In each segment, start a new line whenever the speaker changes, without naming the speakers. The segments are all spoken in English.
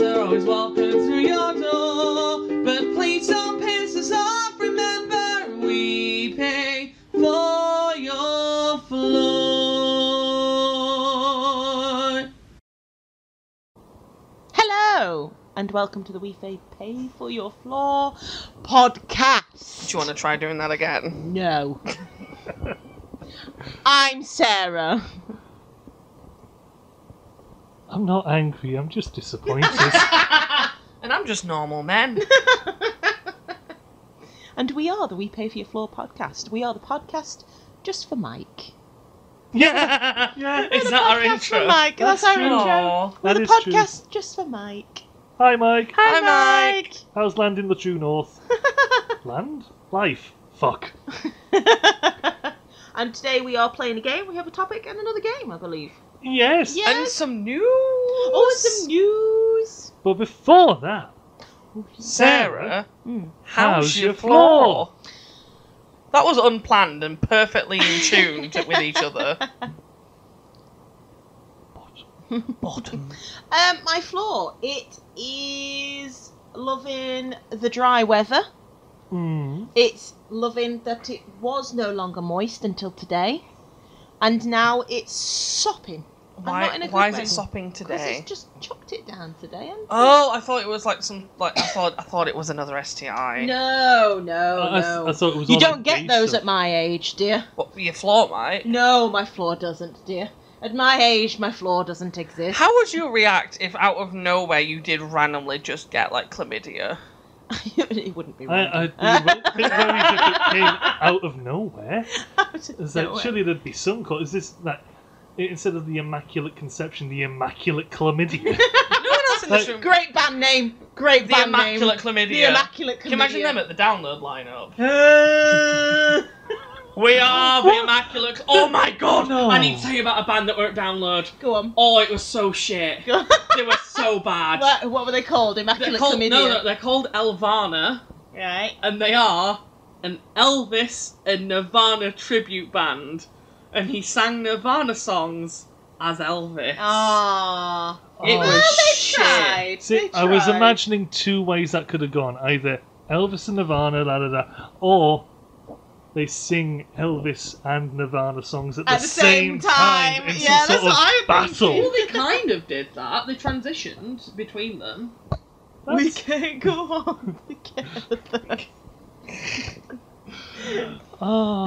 walking through your door. But please don't piss us off. Remember, we pay for your floor. Hello, and welcome to the We Faith Pay for Your Floor podcast.
Do you want to try doing that again?
No. I'm Sarah.
I'm not angry, I'm just disappointed.
And I'm just normal, man.
and we are the We Pay for Your Floor podcast. We are the podcast just for Mike.
yeah.
yeah,
Is that our
Podcast for
intro? Oh,
Mike. That's,
That's
our
true.
intro.
Aw.
We're
That
the
is true.
podcast just for Mike.
Hi, Mike.
Hi, Mike.
How's landing the true north? Land? Life? Fuck.
Mike. and today we are playing a game. We have a topic and another game, I believe.
Yes.
Yeah.
And some news.
Oh, and some news.
But before that,
Sarah,
Mm.
how's, your floor? That was unplanned and perfectly in tune to- with each other.
bottom.
Um, my floor. It is loving the dry weather.
mm.
It's loving that it was no longer moist until today, and now it's sopping. not in a
Why,
good
why is
way.
it sopping
Because
today?
it's just chucked it down today. And
Oh, I thought it was like some like I thought I thought it was another STI.
no,
Oh,
no,
I- I,
no.
I thought it was
you
all
don't
the
get
gay
those
stuff.
at my age, dear.
What your floor, Mike?
No, my floor doesn't, dear. At my age, my floor doesn't exist.
How would you react if out of nowhere you did randomly just get like chlamydia?
it wouldn't be right.
I, I'd be a bit worried if it came out of nowhere. It's like, surely there'd be some cause. Is this that instead of the immaculate conception, the immaculate chlamydia?
No one else in this
Like-
room.
Great band name. Great
The
band
immaculate
name.
chlamydia.
The immaculate.
Can you imagine them at the download lineup?
them?
We are the
What?
immaculate. Oh my god!
No.
I need to tell you about a band that were at download.
Go on.
Oh, it was so shit. they were so bad.
What, what were they called?
they're
Immaculate
called
Chlamydia.
no, no, they're called Elvana,
Right.
and they are an Elvis and Nirvana tribute band, and he sang Nirvana songs as Elvis.
Ah.
It
Oh,
Well, they
was shit.
tried.
See,
they
I was
tried.
imagining two ways that could have gone: either Elvis and Nirvana, la da da, or they sing Elvis and Nirvana songs at,
At the same time.
in some
Yeah, that's
sort
what
of
I'm
battle.
Well, they kind of did that. They transitioned between them.
We
That's-
can't go on together.
oh.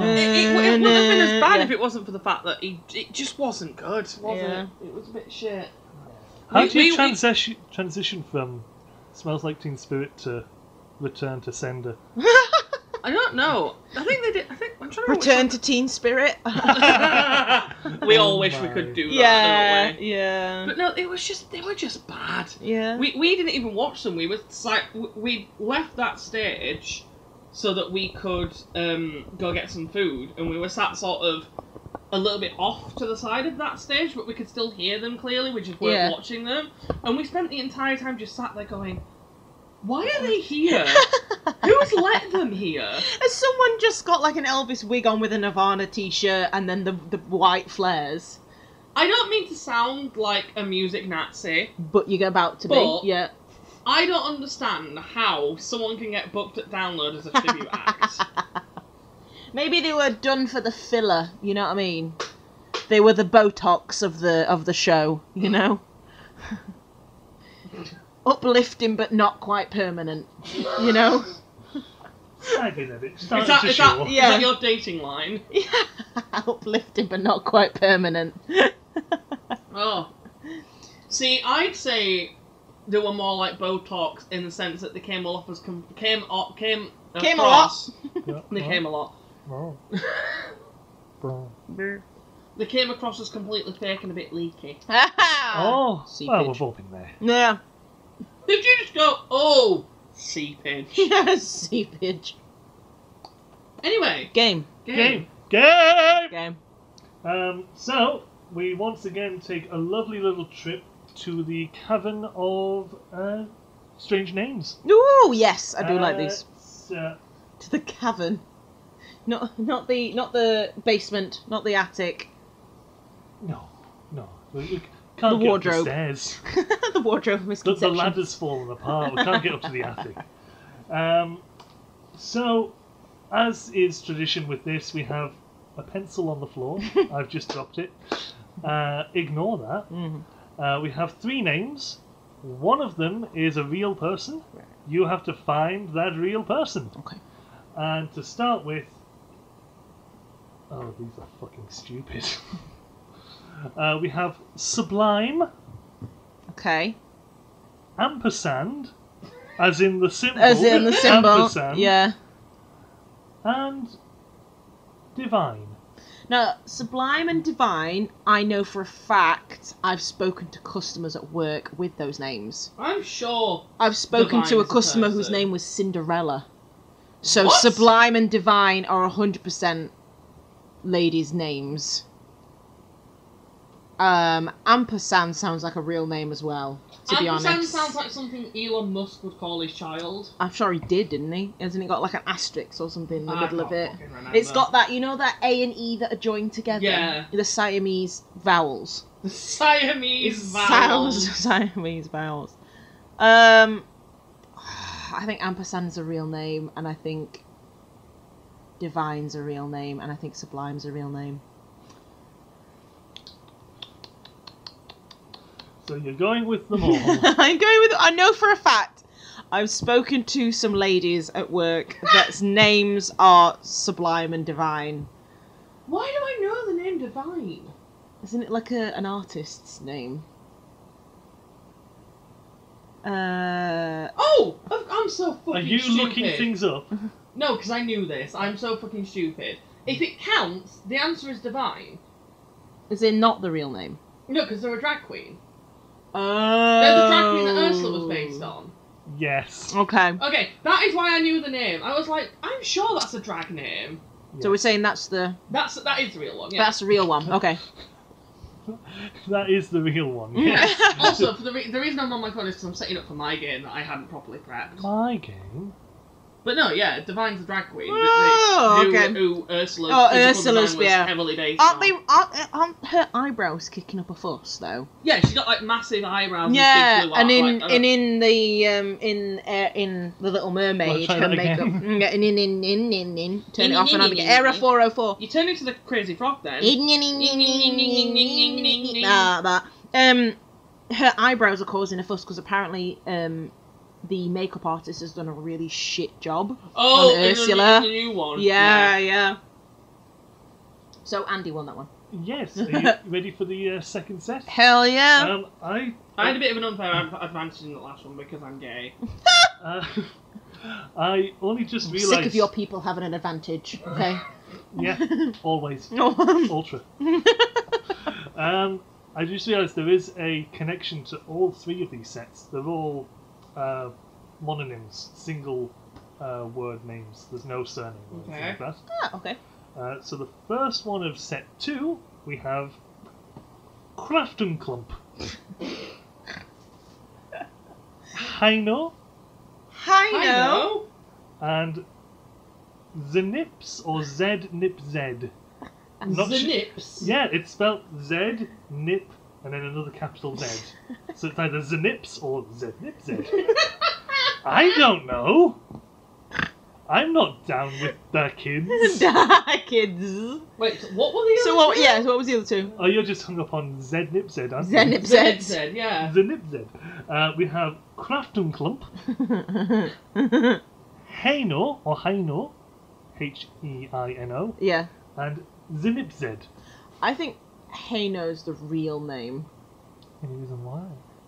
Uh,
It, it, it wouldn't have been as bad
yeah.
if it wasn't for the fact that he, it just wasn't good, was
Yeah.
it? It was a bit shit.
How
we-
do you
we- we-
transition transition from "Smells Like Teen Spirit" to "Return to Sender"?
I don't know. I think they did. I think I'm trying to
Return to Teen Spirit.
Remember. we all
Oh
wish we
my.
could do that.
yeah,
Don't we?
yeah,
But no, it was just they were just bad.
yeah.
We we didn't even watch them. We were like we left that stage so that we could um, go get some food, and we were sat sort of a little bit off to the side of that stage, but we could still hear them clearly. We just weren't
Yeah.
watching them, and we spent the entire time just sat there going, "Why are they here? Who's let them here?"
Has someone just got like an Elvis wig on with a Nirvana t-shirt and then the the white flares?
I don't mean to sound like a music Nazi.
But you're about to
But-
be. Yeah.
I don't understand how someone can get booked at Download as a tribute act.
Maybe they were done for the filler. You know what I mean? They were the Botox of the of the show. You know. Uplifting but not quite permanent. You know.
I did it. Start
Is that,
to
is, that,
show.
is
Yeah.
that your dating line?
Uplifting but not quite permanent.
Oh. See, I'd say they were more like Botox in the sense that they came off as com- came o- came
Came a
across-
Yeah,
They came a lot.
oh, oh.
They came across as completely fake and a bit leaky.
Oh, well,
Seepage.
we've all been there.
Yeah.
Did you just go, oh, seepage?
Yeah. Seepage.
Anyway,
Game.
game.
Game, game.
Game.
Um, so we once again take a lovely little trip to the cavern of uh, strange names.
Ooh, yes, I do like
Uh,
these.
it's, uh,
to the cavern. Not not the not the basement, not the attic.
no, no. We, we Can't get up
wardrobe.
the stairs.
the wardrobe
The, the
misconception.
ladder's fallen apart. We can't get up to the attic. Um, so, as is tradition with this, we have a pencil on the floor. I've just dropped it. Uh, ignore that.
Mhm.
Uh, we have three names. One of them is a real person. You have to find that real person.
Okay.
And to start with, oh, these are fucking stupid. uh, we have Sublime
Okay.
ampersand, as in the symbol,
As in the symbol.
ampersand,
Yeah.
and divine.
Now, Sublime and Divine, I know for a fact I've spoken to customers at work with those names.
I'm sure.
I've spoken
Divine
to a
is a
customer whose
person.
name was Cinderella. So
What?
Sublime and Divine are 100% ladies' names. Um, ampersand sounds like a real name as well, to be
Ampersand
honest.
sounds like something Elon Musk would call his child.
I'm sure he did, didn't he? Hasn't he got like an asterisk or something in the
I
middle of
can't
it?
fucking remember.
It's got that, you know, that A and E that are joined together.
Yeah.
The Siamese vowels.
Siamese
Sounds
vowels.
Siamese vowels. Um, I think ampersand's a real name, and I think divine's a real name, and I think sublime's a real name.
So you're going with them all.
I'm going with. I know for a fact. I've spoken to some ladies at work that's names are sublime and divine.
Why do I know the name Divine?
Isn't it like a, an artist's name? Uh,
Oh, of- I'm so fucking
Are you
stupid.
looking things up?
No, because I knew this. I'm so fucking stupid. If it counts, the answer is Divine.
is it not the real name?
No, because they're a drag queen.
Oh.
They're the drag queen that Ursula was based on.
Yes.
Okay.
Okay, that is why I knew the name. I was like, I'm sure that's a drag name.
So we're saying that's the
That's that is the real one. Yeah.
that's the real one. Okay.
That is the real one. Yes.
also, for the, re- the reason I'm on my phone is because I'm setting up for my game that I hadn't properly prepped.
My game.
But no, yeah, Divine's a drag queen. but they
Oh,
knew
okay.
Who Ursula's,
Oh,
physical
Ursula's,
design was
yeah.
heavily based
Aren't
on.
they? Aren't, aren't her eyebrows kicking up a fuss though?
Yeah, she's got like massive eyebrows. and,
yeah,
big blue
and
eyes,
in
like, uh,
and in the um in uh, in the Little Mermaid,
try
her
that
makeup.
again.
Mm, yeah, in in in in in in. Turn
In,
it off
in,
and on
in,
again.
in, in.
Error four oh four.
You turn into the crazy frog then.
that. Um, her eyebrows are causing a fuss because apparently um, the makeup artist has done a really shit job.
oh,
on
in the-
Ursula.
in The, new one.
Yeah, yeah. So Andy won that one.
Yes. Are you ready for the uh, second set?
Hell yeah.
Um, I
I had a bit of an unfair ad- advantage in the last one because I'm gay.
uh, I only just realised.
Sick of your people having an advantage. Okay.
Yeah. Always.
No.
Ultra.
Ah,
um, I just realised there is a connection to all three of these sets. They're all uh, mononyms, single uh, word names. There's no surname or anything like
Ah, okay.
that. Uh, so the first one of set two, we have Crafton Clump. Heino
I
I
know.
know.
and Znips or Z Nip Z. Not
the
su-
nips.
Yeah, it's spelled Z, nip, and then another capital Z. so it's either Znips or Z nip Z. I don't know. I'm not down with the kids.
kids.
Wait, so what were the other
So what?
two?
Yeah. So what was the other two?
Oh, you're just hung up on Z nip Z, aren't
Zen
you?
nip
Zed,
zeds.
Zed, yeah.
Znip Z. Uh, we have Crafton Clump, Heino or Heino, H E I N O,
yeah.
and Znip Z.
I think Hano's the real name.
Any reason why?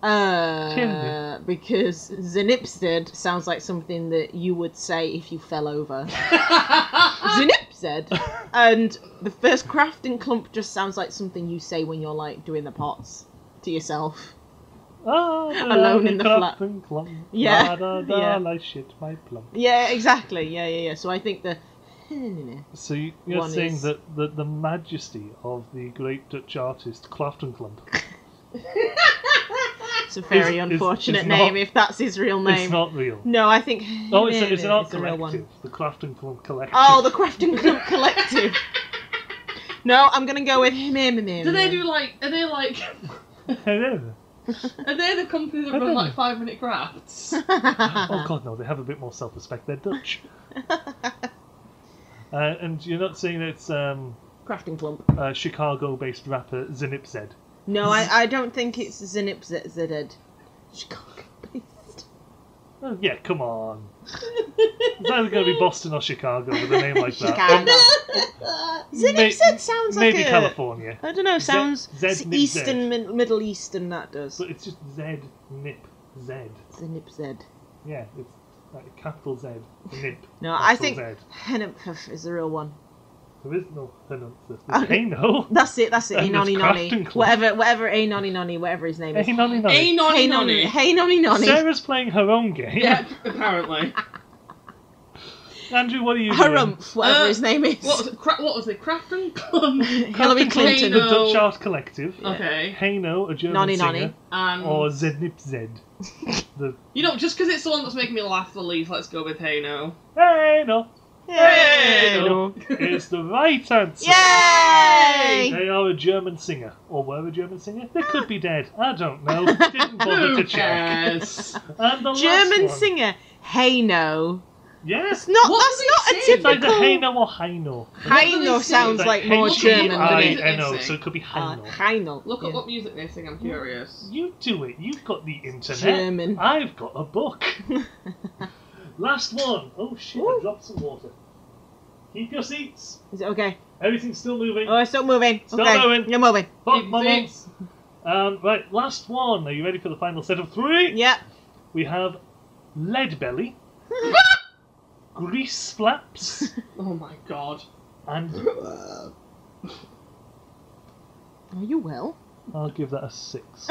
Uh, because Zenipsed sounds like something that you would say if you fell over. Zenipsed! And the first crafting clump just sounds like something you say when you're like doing the pots to yourself.
Ah,
Alone in the flat.
Crafton Clump.
Yeah,
Da, da, da,
yeah.
I shit my plump.
Yeah, exactly. Yeah, yeah, yeah. So I think the.
So you- you're
One
saying
is-
that the, the majesty of the great Dutch artist Clafton Clump
It's a very
It's- it's-
unfortunate
it's
name
not-
if that's his real
It's
name.
not real.
No, I think.
Oh, it's, a, it's an art
the real one.
collective, the Clafton Clump collective.
Oh, the Crafting Clump Collective. No, I'm gonna go with him. him, him,
Do they
him.
do like? Are they like?
Hello.
Are they the company that
I
run
don't
like
know.
five minute crafts?
Oh god, no, they have a bit more self respect. They're Dutch. Uh, and you're not saying it's um,
Crafting clump.
uh, Chicago based rapper Zinipzed.
No, I, I don't think it's Zinip Z- Zidded. Chicago based.
Oh, yeah, come on. It's either going to be Boston or Chicago with a name like that.
Chicago.
May-
Zinip Zed sounds like
Maybe
a-
California.
I don't know, sounds
Zed
it's
Nip
Eastern,
Zed.
mid- Middle Eastern, that does.
But it's just Z Nip Z.
Zinip Zed.
Yeah, it's like capital Z Nip.
No, I
capital
think
Z.
Henempf is the real one.
there is no Hernandes.
Oh.
Hey no.
That's it, that's it.
And
Hey
there's
nonny
Crafton
nonny.
Club.
Whatever, whatever, hey nonny nonny, whatever his name is.
Hey nonny nonny.
Ain't on
Hey
hey,
nonny, hey nonny nonny.
Sarah's playing her own game.
Yep, apparently.
Andrew, what are you doing?
Harumph, whatever
Uh,
his name is.
What was it? Cra- what was it? Crafton Club?
Hillary Clinton.
Cleaner.
The
No.
Dutch Art Collective.
Okay.
Hey no, a German
Nonny Um.
singer.
nonny.
And
Or Zednip Zed. the
you know, just because it's the one that's making me laugh the least, let's go with Hey No.
Hey no.
Hey, no.
It's the right answer.
Yay!
They are a German singer, or were a German singer. They could be dead. I don't know. Didn't bother
Who
to check.
cares?
And the last
German
one.
singer. Hey no.
Yes.
Not
What do they
that's
sing?
It's
not a
either
typical.
Heino or Heino.
What do
Heino
they sing?
sounds
It's
like more
Heino.
German than
I-
it.
H-E-I-N-O, so it could be
Uh,
Heino.
Heino.
Look at
yeah.
what music they sing. I'm curious.
You do it. You've got the internet.
German.
I've got a book. Last one. Oh shit!
Ooh.
I dropped some water. Keep your seats.
Is it okay?
Everything's still moving.
Oh, stop moving.
Stop
okay.
moving.
You're moving.
Fuck
Keep
my
your
mum. Um, right, last one. Are you ready for the final set of three?
Yeah.
We have lead belly,
Oh.
grease flaps,
Oh my god.
and
Are you well?
I'll give that a six.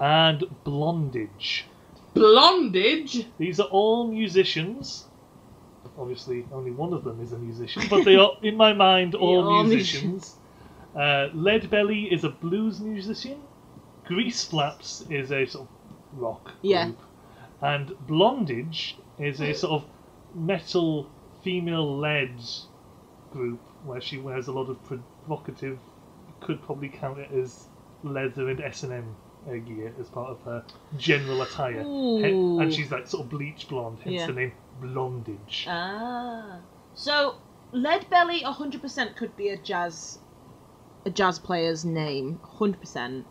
and blondage.
Blondage?
These are all musicians. Obviously, only one of them is a musician, but they are, in my mind, all
all
musicians. Uh, Leadbelly is a blues musician. Grease Flaps is a sort of rock
Yeah.
group, and Blondage is a sort of metal female-led group where she wears a lot of provocative. Could probably count it as leather and S and M gear as part of her general attire, Hen-
Ooh.
Oh, and she's like sort of bleach blonde, hence
Yeah.
the name Blondage.
Ah. So, Lead Belly 100% could be a jazz a jazz player's name. 100%.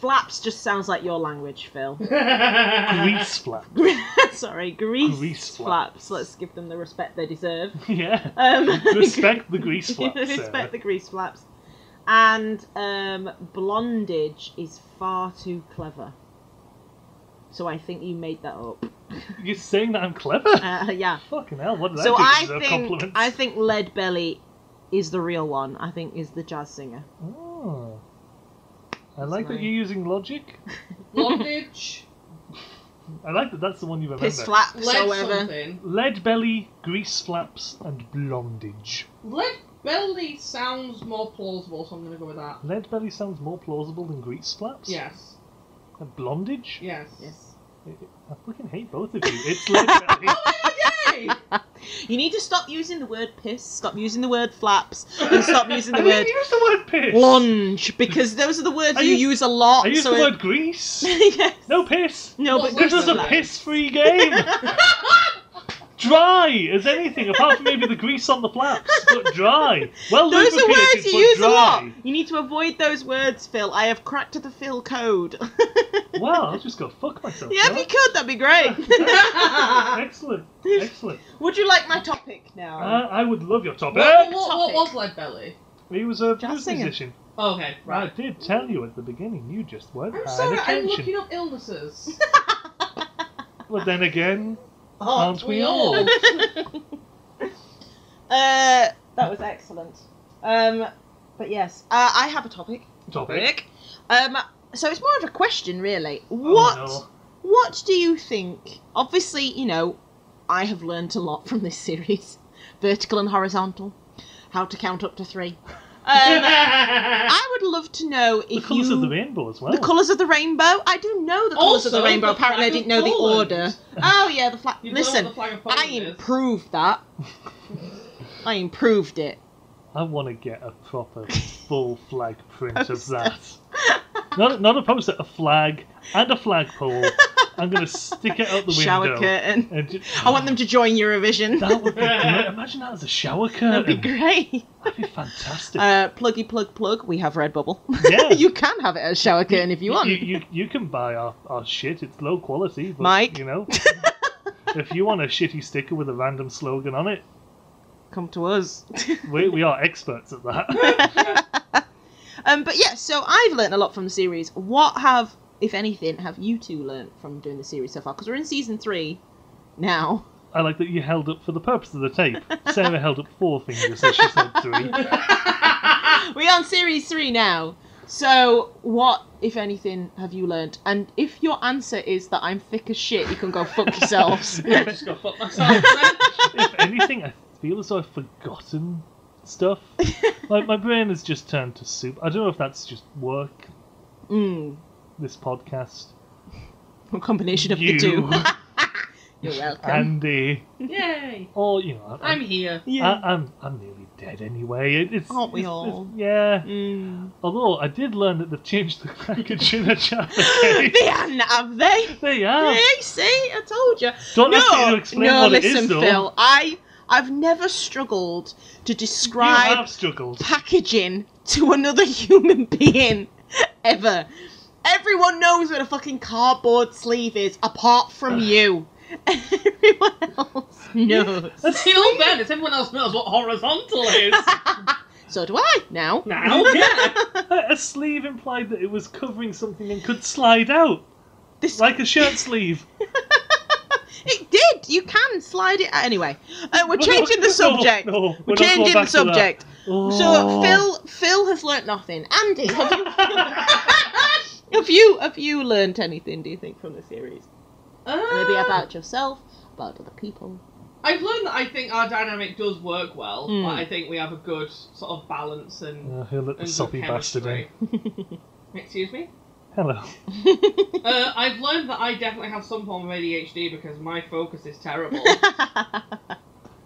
Flaps just sounds like your language, Phil. Uh-huh.
Grease Flap.
Sorry, grease,
Grease
flaps.
flaps.
Let's give them the respect they deserve.
yeah.
Um,
Respect the grease flaps. Sarah.
respect the grease flaps. And um, blondage is far too clever. So I think you made that up.
You're saying that I'm clever?
Uh, yeah.
Fucking hell, what did
so
I
I
do? I
think
compliments.
I think Lead Belly is the real one. I think is the jazz singer.
Oh. I like that
my-
you're using logic.
Blondage?
I like that that's the one you remember.
Piss flaps,
Lead
however.
something.
Lead belly, grease flaps, and blondage.
Lead belly sounds more plausible, so I'm gonna go with that.
Lead belly sounds more plausible than grease flaps.
Yes.
And blondage.
Yes.
Yes.
I fucking hate both of you. It's lead belly.
Yay!
You need to stop using the word piss. Stop using the word flaps. And stop using
I
the word
didn't use the word piss.
lunge because those are the words
I
you
used-
use a lot.
I used
so
the
it-
word grease.
yes.
No piss.
No,
What
but
was
This
grease
is a
Nice.
flaps.
piss-free game. dry as anything, apart from maybe the grease on the flaps, but dry. Well
Those are
lubricated,
words you
but
use a lot.
dry.
You need to avoid those words, Phil. I have cracked the Phil code.
Well, I'll just go fuck myself.
yeah, if you
right?
could, that'd be great.
Excellent, excellent.
Would you like my topic
Uh,
now?
I would love your topic.
What, what, what
Topic.
was lead belly?
He was a
Jazz
blues
singer.
musician.
Oh, okay,
I
right.
did tell you at the beginning, you just weren't
I'm
paying
sorry, I'm
attention.
looking up illnesses.
But then again,
Aren't we all?
Uh, that was excellent. Um, but yes, uh, I have a topic.
topic.
Um, so it's more of a question, really.
Oh,
What
no.
What do you think? Obviously, you know, I have learned a lot from this series: vertical and horizontal, how to count up to three. Um, I would love to know
The
if
colours
you
of the rainbow as well.
the colours of the rainbow. I do know the colours of
Also,
the rainbow.
the
Apparently, I
flag
didn't
of
know the
Poland.
order. Oh yeah, the flag.
You don't know what
Listen,
the flag of
I
Poland is.
improved that. I improved it.
I want to get a proper full flag print of that. Not, not a poster, a flag and a flagpole. I'm going to stick it out the window.
Shower curtain.
And ju-
I want them to join Eurovision.
That would be great. Imagine that as a shower curtain.
That'd be great.
That'd be fantastic.
Uh, pluggy plug plug. We have Redbubble.
Yeah.
you can have it as shower curtain if you want.
You, you, you can buy our, our shit. It's low quality, but
Mike.
you know, if you want a shitty sticker with a random slogan on it,
Come to us.
we, we are experts at that.
Um, but yeah, so I've learnt a lot from the series. What have, if anything, have you two learnt from doing the series so far? Because we're in season three now.
I like that you held up for the purpose of the tape. Sarah held up four fingers, so she said three.
We're on series three now. So what, if anything, have you learnt? And if your answer is that I'm thick as shit, you can go fuck yourselves.
I'm just gonna fuck myself. then.
if anything, I feel as though I've forgotten stuff. Like my brain has just turned to soup. I don't know if that's just work,
Mm,
this podcast,
a combination of
You.
the two. You're welcome.
Andy,
Yay!
or you know, I,
I'm here.
yeah.
I, I'm I'm nearly dead anyway. It, it's,
Aren't we
it's- it's-
all?
yeah.
Mm.
Although I did learn that they've changed the package in a Jaffa cake.
they are not, have they?
They are.
Hey, see, I told you.
Don't ask me
No,
to explain
no,
what it
listen,
is, though.
Phil. I I've never struggled to
You
describe
have struggled.
packaging to another human being ever. Everyone knows what a fucking cardboard sleeve is, apart from you. Everyone else knows.
Still bad. Does everyone else knows what horizontal is?
So do I now.
now, yeah.
A sleeve implied that it was covering something and could slide out,
This
like a shirt sleeve.
it did. You can slide it anyway. Uh, we're
No,
changing the
no,
subject.
no, we're
we're
not going
changing the
back to that.
subject.
Oh.
So Phil Phil has learnt nothing. Andy, have you have you have you learnt anything? Do you think from the series? Maybe
Uh,
about yourself, about other people.
I've learned that I think our dynamic does work well.
Hmm.
Like, I think we have a good sort of balance and.
Oh, he'll let the
and good
soppy bastard eh? in.
chemistry. Excuse me.
Hello.
Uh, I've learned that I definitely have some form of ADHD because my focus is terrible.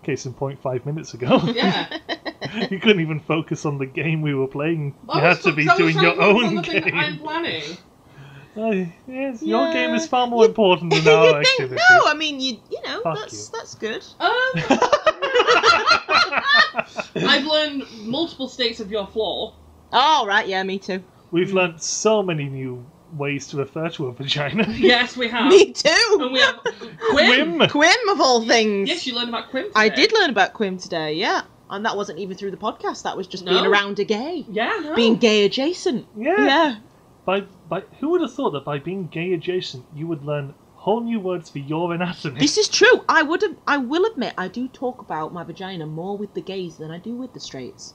Case in point, five minutes ago.
yeah.
you couldn't even focus on the game we were playing.
I
you
was
had to
fo-
be
I was
doing
trying
your
to focus on
own
the thing that I'm
game.
planning.
Oh, yes, your
Yeah.
game is far more important than our
you think
activity.
no? I mean, you you know
Fuck
that's
you.
that's good.
Um, I've learned multiple states of your floor.
All right, yeah, me too.
We've learnt so many new ways to refer to a vagina.
Yes, we have.
Me
And
too.
we have Quim.
Whim.
Quim of all things.
Yes, you learned about Quim. Today.
I did learn about Quim today. Yeah, and that wasn't even through the podcast. That was just
No.
being around a gay,
Yeah. No.
being gay adjacent.
Yeah.
yeah.
By, by, who would have thought that by being gay adjacent, you would learn whole new words for your anatomy?
This is true. I would. Have, I will admit. I do talk about my vagina more with the gays than I do with the straights.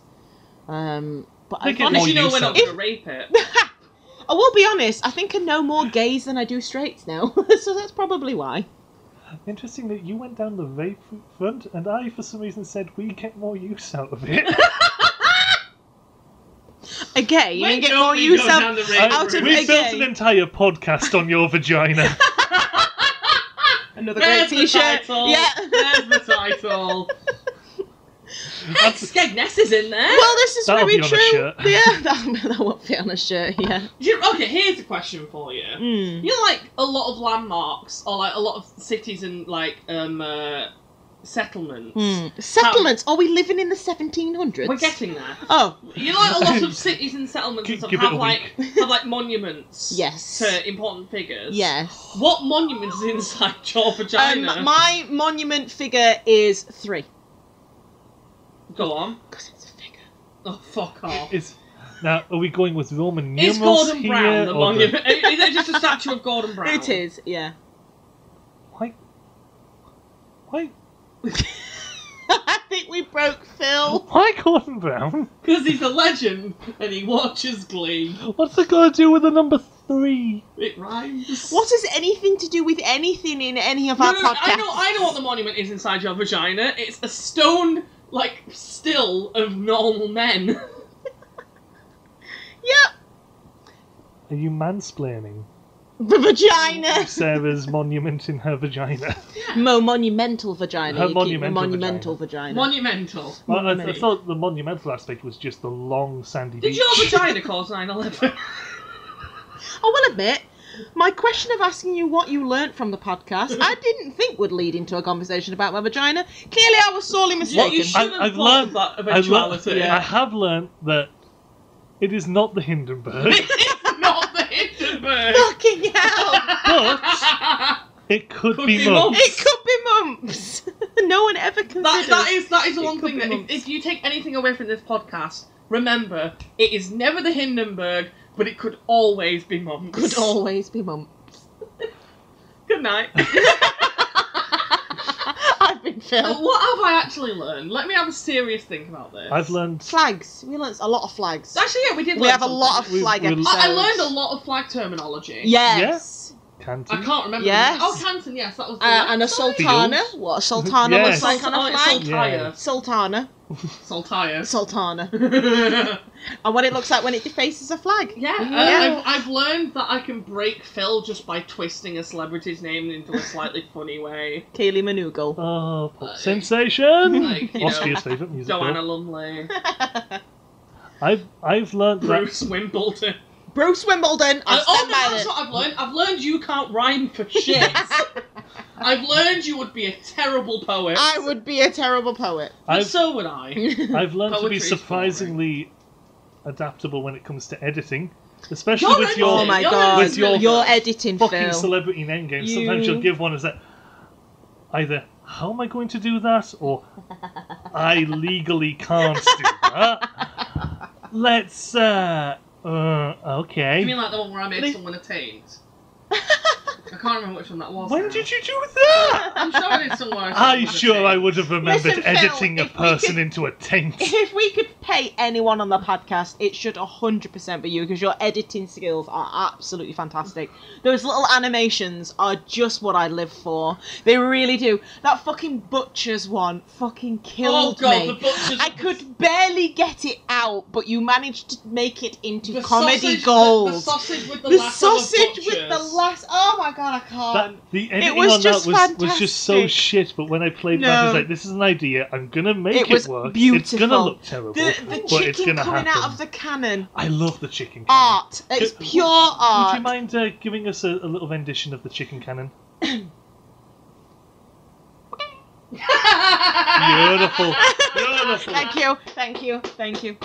Um, but
They
I
get
At least you
more
know
use
we're not
out of
going to rape it.
I will be honest. I think I know more gays than I do straights now, so that's probably why.
Interesting that you went down the rape front, and I, for some reason, said we get more use out of it.
A gay, you
When
didn't get
don't
more
we
use
go
out.
down the rape
out
route?
of
we
a
built
gay.
an entire podcast on your vagina.
Another
There's
great
the
t-shirt.
title.
Yeah.
There's the title.
That's-
Skegness is in there.
Well, this is
That'll
very
be on a
true.
shirt.
Yeah, that, that won't fit on a shirt. Yeah.
Do you- okay, here's a question for you.
Mm.
You know, like a lot of landmarks or like a lot of cities and like um uh, settlements.
Mm. Settlements. Are we living in the 1700s?
We're getting there.
Oh
You know, like a lot of cities and settlements
Gi-
and stuff
give it
have
a
like have like monuments.
Yes.
To important figures.
yes.
What monument is inside your
Um,
vagina?
my monument figure is three.
Go on.
Because it's a figure.
Oh, fuck off.
Is now are we going with Roman
Is
numerals
Gordon
here?
Brown the
or
monument? is it just a statue of Gordon Brown?
It is, yeah.
Why? Why?
I think we broke Phil.
Why Gordon Brown?
Because he's a legend and he watches Glee.
What's it got to do with the number three?
It rhymes.
What has anything to do with anything in any of
No,
our
no, no,
podcasts?
I know, I know what the monument is inside your vagina. It's a stone, like, still of normal men.
Yep.
Are you mansplaining?
The vagina.
Sarah's monument in her vagina.
Mo monumental vagina.
Her
you keep
monumental
monumental vagina.
Monumental.
Well, I, I
Monument.
thought the monumental aspect was just the long sandy
Did
beach.
your vagina cause 9 11?
I will admit, my question of asking you what you learnt from the podcast, I didn't think would lead into a conversation about my vagina. Clearly, I was sorely mistaken.
you should
I've
have thought of
learned-
that
I, lear-
eventuality.
I have learned that it is not the Hindenburg,
It's not the Hindenburg!
Fucking hell!
but it could,
Could
be,
be
mum.
mum.
it could be mumps. no one ever considered.
That, that is that is the
It
one
could
thing
be
that if,
months.
if you take anything away from this podcast, remember it is never the Hindenburg, but it could always be mum.
could always be mumps.
Good night.
I've been
But
Phil.
what have I actually learned? Let me have a serious think about this.
I've learned.
Flags. We learnt a lot of flags.
Actually, yeah, we did.
we
learn
have a
something.
lot of
We-
flag
we- I- I
episodes.
I, I learned a lot of flag terminology.
Yes.
Canton.
I can't remember.
Yes.
the- Oh, Canton. Yes, that was. The
Uh,
left
and a
side.
sultana.
Fields.
What a sultana
Yes.
looks like on
Oh,
a
it's
flag.
Yeah.
Sultana.
Saltire.
Sultana.
Saltire.
And what it looks like when it defaces a flag.
Yeah, uh, I've,
Yeah.
I've learned that I can break Phil just by twisting a celebrity's name into a slightly funny way.
Kaylee Manugal.
Oh, pop
Like-
sensation!
Like, you know,
Austria's favourite music.
Joanna
bill.
Lumley,
I've I've learned that
Bruce Wimbledon.
Bruce Wimbledon. I
I- oh
stand
no,
by
that's
it.
what I've learned. I've learned you can't rhyme for shit. I've learned you would be a terrible poet.
I would be a terrible poet.
But
I've
so would I.
I've learned to
Poetry
be
is
surprisingly adaptedable when it comes to editing, especially
You're
with
editing.
your
oh my
you're
god.
with your-
you're editing
fucking
Phil.
celebrity name game. Sometimes
You-
you'll give one as that either how am I going to do that or I legally can't do that. Let's uh uh okay.
You mean like the one where I made
Like-
someone a taint? I can't remember which one that was.
when
now.
did you do that?
I'm sure I did somewhere.
I'm sure
Oh,
I would have remembered
Listen, Phil,
editing a
if we
person
could-
into a taint.
if we could pay anyone on the podcast, it should 100% be you because your editing skills are absolutely fantastic. Those little animations are just what I live for. They really do. That fucking butcher's one fucking
Oh
killed
god,
me.
the butcher's.
I could barely get it out, but you managed to make it into
the
comedy
sausage,
gold.
The, the sausage with the, laugh of
The
a
sausage with the
butcher's.
last. Oh my god, I can't.
That, the editing
was
on that was,
just
was just so
fantastic.
shit, but when I played that, I was
No.
like, this is an idea, I'm gonna make
It
it,
was
work. It's gonna
beautiful.
look terrible,
the the
but it's
chicken
gonna
coming
happen.
out of the Ah. cannon.
I love the chicken cannon.
Art. It's
Could-
pure
Would
art.
you mind uh, giving us a, a little rendition of the chicken cannon? Beautiful. Beautiful.
thank you, thank you, thank you.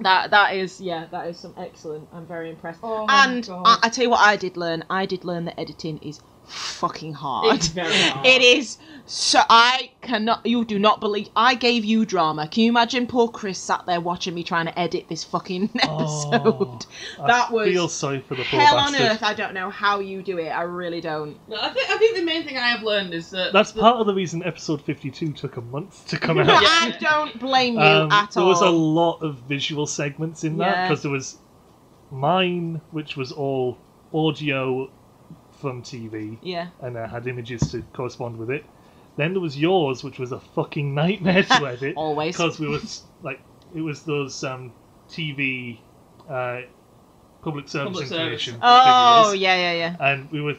That that is yeah, that is some excellent. I'm very impressed.
Oh,
and
God.
I, I tell you what, I did learn. I did learn that editing is fucking hard.
It's very hard.
It is so I cannot. You do not believe. I gave you drama. Can you imagine poor Chris sat there watching me trying to edit this fucking
Oh,
episode?
I
That was
feel sorry for the poor
Hell on
bastard.
earth! I don't know how you do it. I really don't.
No, I think I think the main thing I have learned is that
That's
the,
part of the reason episode 52 took a month to come
But
out.
I don't blame you
Um,
at
there
all.
was a lot of visual segments in that
Yeah.
because there was mine, which was all audio from TV,
yeah.
and I had images to correspond with it. Then there was yours, which was a fucking nightmare to edit.
Always.
because we was like it was those um, TV uh, public service
Public service.
information.
Oh
videos,
yeah, yeah, yeah,
And we were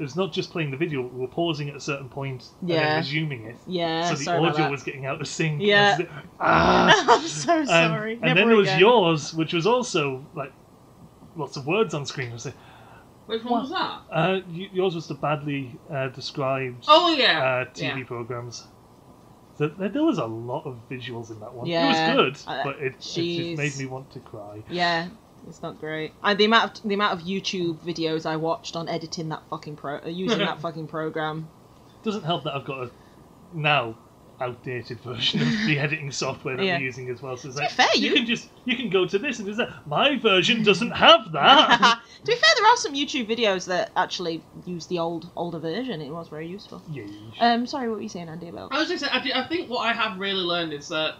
it was not just playing the video; we were pausing at a certain point and
Yeah.
then resuming it.
yeah.
so the
sorry about
audio
that.
was getting out of sync.
Yeah.
Ah.
I'm so
Um,
sorry.
and then there was yours, which was also like lots of words on screen. It was like,
which one was that?
uh, y- yours was the badly uh, described
Oh yeah,
uh, TV programs. So there, there was a lot of visuals in that one.
Yeah.
It was good,
Uh,
but it, it just
jeez.
made me want to cry.
Yeah, it's not great. And the amount of the amount of YouTube videos I watched on editing that fucking pro, uh, using that fucking program.
Doesn't help that I've got a now outdated version of the editing software that
Yeah.
we're using as well. So it's
To be
like,
fair,
you
you.
can just you can go to this and do that. My version doesn't have that.
to be fair, there are some YouTube videos that actually use the old older version. It was very useful.
yeah.
Um, sorry, what were you saying, Andy? About
I was just saying. I, thi- I think what I have really learned is that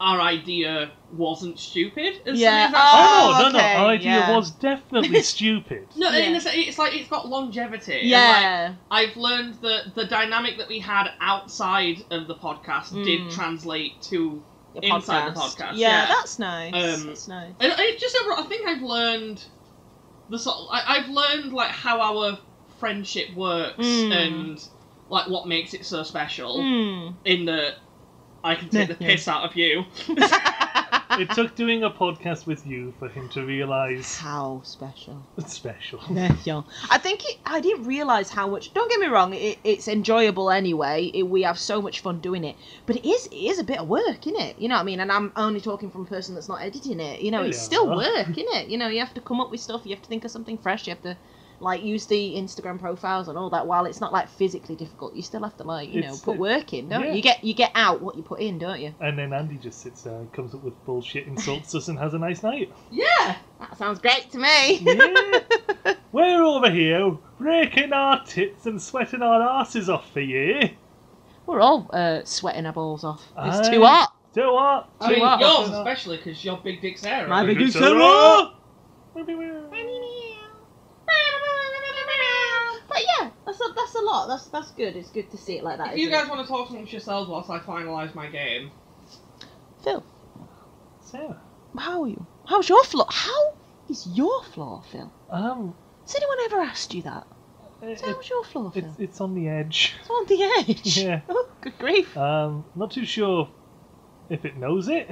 our idea wasn't stupid. as
Yeah.
silly as that
Oh,
Oh, no, no,
okay,
our idea
yeah.
was definitely stupid.
sounds. No,
Yeah.
in the, se- it's like it's got longevity. and, like,
yeah,
I've learned that the dynamic that we had outside of the podcast
Mm.
did translate to.
the
inside the podcast,
Yeah,
yeah.
that's nice.
Um,
that's nice.
And it just overall, I think I've learned the sort of, I, I've learned like how our friendship works
Mm.
and like what makes it so special.
Hmm.
In that I can take the
Yeah.
piss out of you.
It took doing a podcast with you for him to realise
How special.
it's special.
Special. I think it, I didn't realize how much. Don't get me wrong. It, it's enjoyable anyway. It, we have so much fun doing it. But it is it is a bit of work, isn't it? You know what I mean? And I'm only talking from a person that's not editing it. You know, it's still
Yeah.
work, isn't it? You know, you have to come up with stuff. You have to think of something fresh. You have to like use the Instagram profiles and all that. While it's not like physically difficult, you still have to like you
It's-
know put work in, don't
yeah.
you? You get you get out what you put in, don't you?
And then Andy just sits there and comes up with bullshit, insults us, and has a nice night.
Yeah.
That sounds great to me.
Yeah. We're over here raking our tits and sweating our asses off for you.
We're all uh, sweating our balls off. It's
Aye.
too hot.
Do what?
I mean,
Oh, Wow.
yours especially because your big dick's there.
My big-
Big
Big
Sarah!
But yeah, that's a, that's a lot. That's that's good. It's good to see it like that.
If you
isn't it?
guys want to talk amongst yourselves whilst I finalise my game,
Phil,
Sarah.
how are you? How's your floor? How is your floor, Phil?
Um,
Has anyone ever asked you that?
it,
So how's your floor,
it's,
Phil?
it's on the edge.
It's on the edge.
Yeah.
Oh, good grief.
Um, not too sure if it knows it.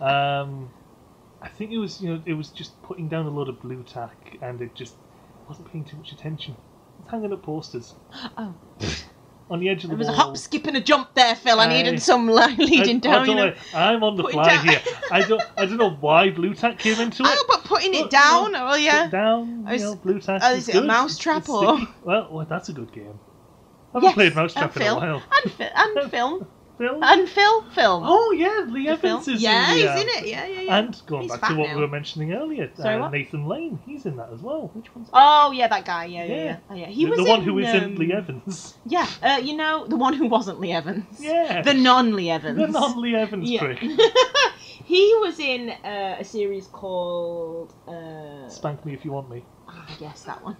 Um, I think it was you know it was just putting down a lot of blue tack and it just wasn't paying too much attention. It's hanging up posters
oh,
on the edge of the
there was a
wall.
hop, skip, and a jump there, Phil. I
Aye.
needed some like leading
I,
down.
I
you know.
am on the
Put it
fly
down.
here. I don't I don't know why blue tack came into it.
Oh, but putting
Look,
it down. Oh yeah.
Put down,
Oh, is-
you know, blue tack.
oh, is it a
good.
mousetrap
It's
or-
sticky. Well, well, that's a good game. I haven't
Yes,
played mousetrap in
and
a
Phil.
while.
And, fi- and film.
Phil?
And Phil. Film.
Oh yeah, Lee
The film.
Evans is
yeah,
in the,
he's
uh,
in it. Yeah, yeah, yeah.
And going
He's
back to
fat
what
now.
we were mentioning earlier,
Sorry,
uh,
what?
Nathan Lane, he's in that as well.
Which one's? Oh yeah, that guy. Yeah, yeah,
Yeah.
yeah. Oh, yeah. He
the,
was
the one
in,
who isn't
um,
Lee Evans.
Yeah, uh, you know the one who wasn't Lee Evans.
Yeah.
The non Lee Evans.
The non Lee Evans
Yeah.
prick.
He was in uh, a series called. Uh,
Spank me if you want me.
I guess that one.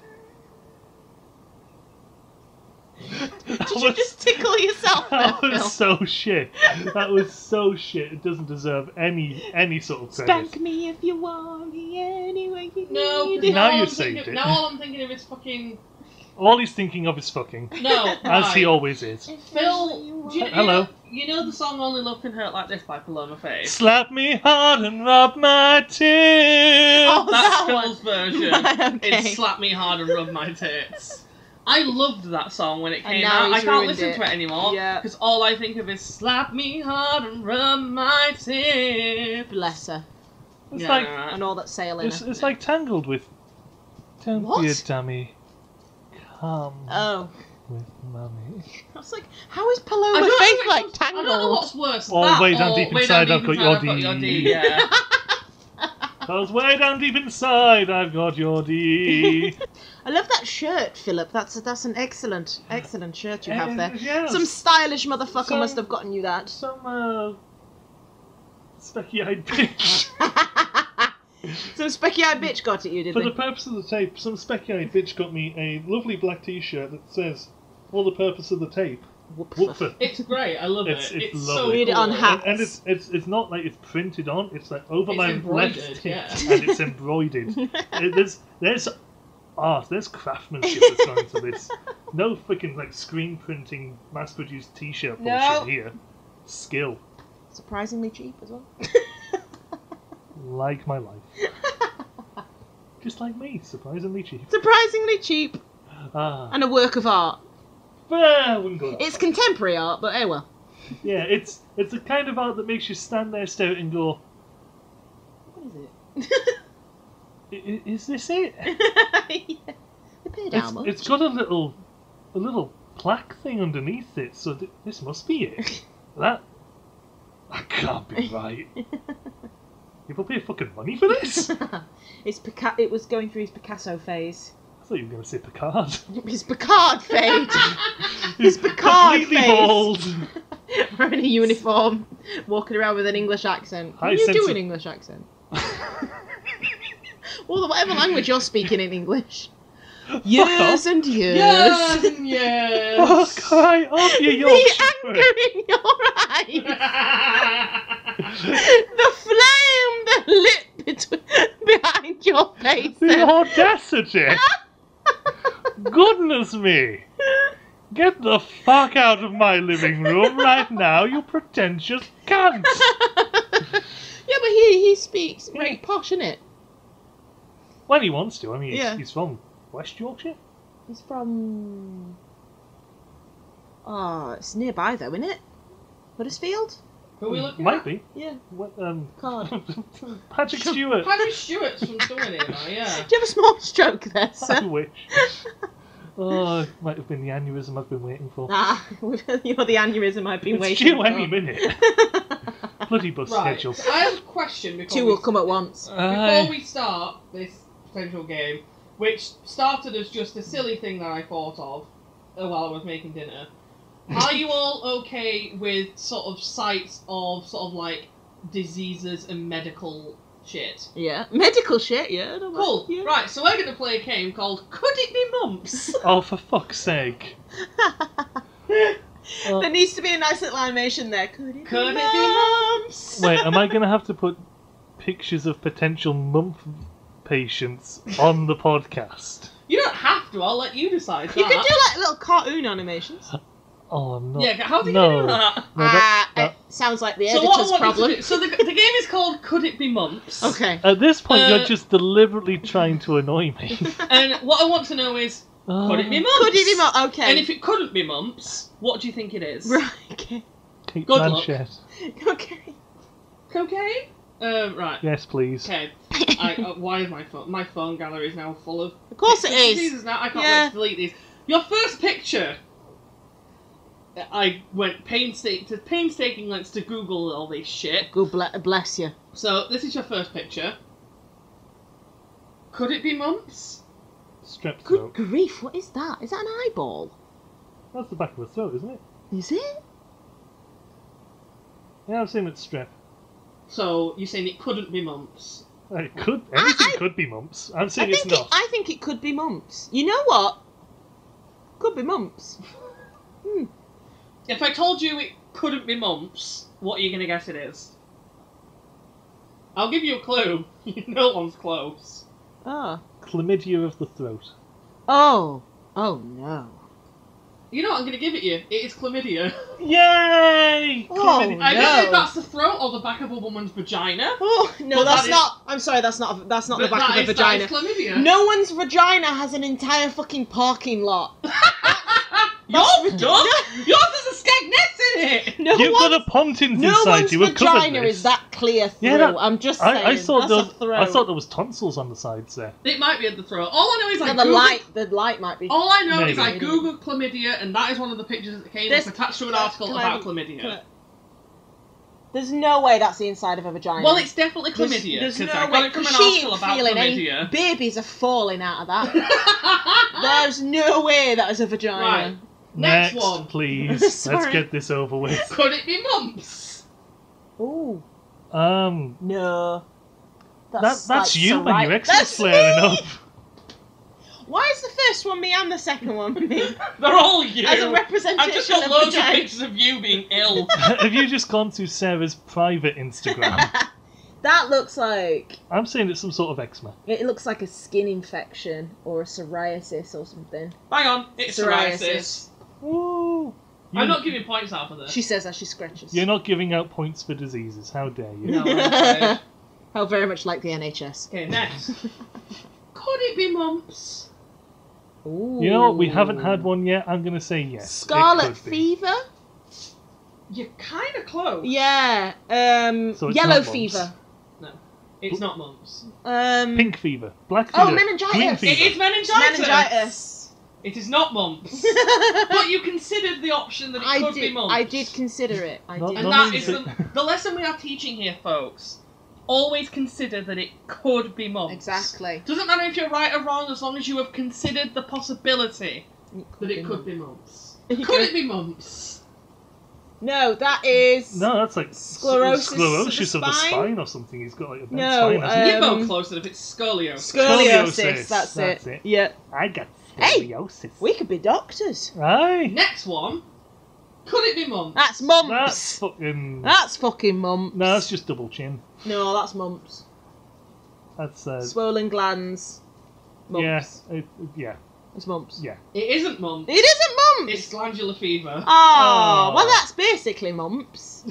That
Did you
was-
just tickle yourself? There,
That
Phil?
was so shit. That was so shit. It doesn't deserve any any sort of credit.
Spank me if you want me anyway you
no.
need
'cause
it.
Now
all
you've
I'm thinking of-
saved it.
Now all I'm thinking of is fucking
All he's thinking of is fucking,
no.
as
Oh,
he
right.
always is.
If
Phil,
you
do you,
want-
you
Hello.
know- You know the song "Only Love Can Hurt Like This" by Paloma Faith.
Slap me hard and rub my tears.
Oh,
That's
that one.
Phil's version.
Right,
It's
okay.
slap me hard and rub my tits. I loved that song when it
And
came
now
out. I
he's
can't
ruined
listen
it.
to it anymore.
Yeah.
Because all I think of is slap me hard and rub my tits.
Bless her
It's
Yeah,
like
right.
and all that sailing.
it's, it's like Tangled with. Don't be a
What?
dummy. Come
Oh,
with mummy.
I was like, how is
I
Paloma
don't know
Faith
which
like
one's- I don't know
tangled?
what's worse.
Or
that
Oh, way down
or
deep
Oh, way
inside,
down
I've
deep
got your
inside, I've got your
D.
D. Yeah.
Cause way down deep inside, I've got your D.
I love that shirt, Philip. That's that's an excellent, excellent shirt you have there.
And, yeah,
Some stylish motherfucker
Some-
must have gotten you that.
some uh, specky-eyed bitch.
Some specky eyed bitch got at you, did
For the
they?
purpose of the tape, some specky-eyed bitch got me a lovely black T-shirt that says, "For the purpose of the tape,
Whoop.
whoopfa."
It's great. I love
It's-
it. It's,
it's
so
lovely.
Read it on
cool.
hat.
And it's, it's it's not like it's printed on. It's like over
It's
my left
embroidered,
tit,
yeah.
and it's embroidered. It- there's there's art. There's craftsmanship that's gone into this. No freaking like screen printing, mass-produced T-shirt bullshit
No.
here. Skill,
Surprisingly cheap as well.
like my life. Just like me, surprisingly cheap.
Surprisingly cheap
Ah,
and a work of art.
I wouldn't go that
It's contemporary art, but eh well.
Yeah, it's it's the kind of art that makes you stand there, stare and go,
What is it?
"I- i- "Is this it?"
yeah. They paid how
It's,
much?
it's got a little, a little plaque thing underneath it, so th- this must be it. that that can't be right. you put me fucking money for this? I
It's Pica- it was going through his Picasso phase.
thought you were going to say Picard.
His Picard phase. His Picard
completely
face.
bald.
Wearing a uniform, walking around with an English accent.
High
Can you
sense
do
of-
an English accent? Well, whatever language you're speaking in English. Years and years.
Yes. and yes.
Fuck right up, you
The
Yorkshire.
anger in your eyes. the flame that lit between, behind your face.
The audacity! Goodness me! Get the fuck out of my living room right now, you pretentious cunt!
Yeah, but he he speaks very posh, innit?
When he wants to, I mean, he's,
Yeah.
he's from West Yorkshire.
He's from. Ah, it's nearby though, isn't it? Huddersfield?
Who are we looking
Might
at?
be.
Yeah.
What, um,
Card.
Patrick Stewart.
Harry Stewart's from somewhere nearby, yeah.
Do you have a small stroke there,
I
sir?
wish. Oh, it might have been the aneurysm I've been waiting for.
ah, you're the aneurysm I've been
it's
waiting
due
for.
any minute. Bloody bus
Right,
schedule.
so I have a question before
Two
we
will come at once.
Uh,
Aye.
before we start this potential game, which started as just a silly thing that I thought of uh, while I was making dinner, are you all okay with sort of sites of sort of like diseases and medical shit?
Yeah. Medical shit, yeah. I don't mind.
Cool.
Yeah.
Right, so we're going to play a game called Could It Be Mumps?
Oh, for fuck's sake. Uh,
There needs to be a nice little animation there. Could it
Could it
be
be
mumps?
Wait, am I going to have to put pictures of potential mump patients on the podcast?
you don't have to, I'll let you decide.
You
that.
could do like little cartoon animations.
Oh, I'm not.
Yeah, how do you
No.
do that?
No, that-
Ah,
that-
it sounds like the
so, what I
editor's
want you
problem.
to do, so the, the game is called Could It Be Mumps?
Okay.
At this point,
Uh,
you're just deliberately trying to annoy me.
And what I want to know is, could it be mumps?
Could it be mumps? Okay.
And if it couldn't be mumps, what do you think it is?
Right, okay.
Kate
Good luck.
Blanchett.
Okay.
Cocaine? Um, right.
Yes, please.
Okay. I, uh, why is my phone? My phone gallery is now full of.
Of course it
pictures.
is.
Jesus, now I can't
Yeah.
wait to delete these. Your first picture. I went painstaking to painstaking lengths to Google all this shit.
God ble- bless you.
So this is your first picture. Could it be mumps?
Strep
Good
throat.
grief, what is that? Is that an eyeball?
That's the back of the throat, isn't it?
Is it?
Yeah, I've seen it strep.
So you're saying it couldn't be mumps?
It could.
I-
Anything
I-
could be mumps. I'm
I
saying it's
think it,
not.
I think it could be mumps. You know what? Could be mumps. Hmm.
If I told you it couldn't be mumps, what are you going to guess it is? I'll give you a clue. You know one's close.
Oh.
Chlamydia of the throat.
Oh. Oh no.
You know what? I'm going to give it you. It is chlamydia.
Yay!
Oh,
Chlamydia.
I don't know
No.
if that's the throat or the back of a woman's vagina.
Oh no,
Well,
that's
that is-
not. I'm sorry, that's not. That's not the
but
back
that
of a
is- that
vagina.
is chlamydia.
No one's vagina has an entire fucking parking lot.
Yours does. Yours has a skegness in it.
Oh. No
You've
one.
got a Pontins
no one's
Society. We've covered
vagina
this.
is that clear through.
Yeah, that-
I'm just saying.
I, I saw
that's a
those.
throw.
I thought there was tonsils on the sides there.
It might be at the throat. All I know is I
Yeah, the
Googled-
light. The light might be.
All I know is
Maybe.
I googled chlamydia, and that is one of the pictures that came
This-
up attached to an article
Chlam-
about chlamydia.
There's no way that's the inside of a vagina.
Well, it's definitely
There's-
chlamydia
there's
because
no
I
way-
got it from an
she
article
ain't
about
feeling any-
chlamydia.
Babies are falling out of that. There's no way that is a vagina.
Next one.
please. Let's
Sorry.
get this over with.
Could it be mumps?
Ooh.
Um,
No.
that, that's
like,
you
so
when
right-
your ex is
That's
flaring
me!
up.
Why is the first one me and the second one me?
They're all you.
As a
I've
representation
just got
of
loads of
vagina.
pictures of you being ill.
Have you just gone to Sarah's private Instagram?
that looks like
I'm saying it's some sort of eczema.
it looks like a skin infection or a psoriasis or something.
Hang on, it's
Psoriasis.
psoriasis.
Ooh. You,
I'm not giving points out for this.
She says as she scratches.
You're not giving out points for diseases. How dare you?
No, I'm afraid.
How very much like the NHS.
okay, next. Could it be mumps?
Ooh.
You know what? We haven't had one yet. I'm going to say yes. it
Scarlet
could be.
fever?
You're kind of close.
Yeah. Um
So it's
yellow
not mumps.
fever.
It's not mumps.
Um
Pink fever. Black fever.
Oh, meningitis.
Green
It
It
fever.
is meningitis.
meningitis.
It is not mumps. but you considered the option that it
I
could be
did
mumps.
I did consider it. I
Not-
did.
And
not
that
means
is
that-
the, the lesson we are teaching here, folks. Always consider that it could be mumps.
Exactly.
Doesn't matter if you're right or wrong, as long as you have considered the possibility that it could be mumps.
You
Could
could-
it be mumps?
No, that is
No, that's like s-
Sclerosis of the
sclerosis of the
spine?
spine or something. He's got like a bent
No,
spine. hasn't he?
You're both
Um,
close enough. It's scoliosis.
scoliosis.
Scoliosis,
That's,
that's
it.
it.
Yeah.
I got
uh, Hey!
scoliosis.
We could be doctors.
Aye.
Next one. Could it be mumps?
That's mumps.
That's
That's,
fucking.
Ah! fucking mumps.
No, that's just double chin.
No, that's mumps.
That's uh,
Swollen glands. Mumps.
yes, it, it- yeah,
It's mumps.
yeah.
It isn't mum.
It isn't mumps!
It's glandular fever.
Oh,
Oh.
well, that's basically mumps.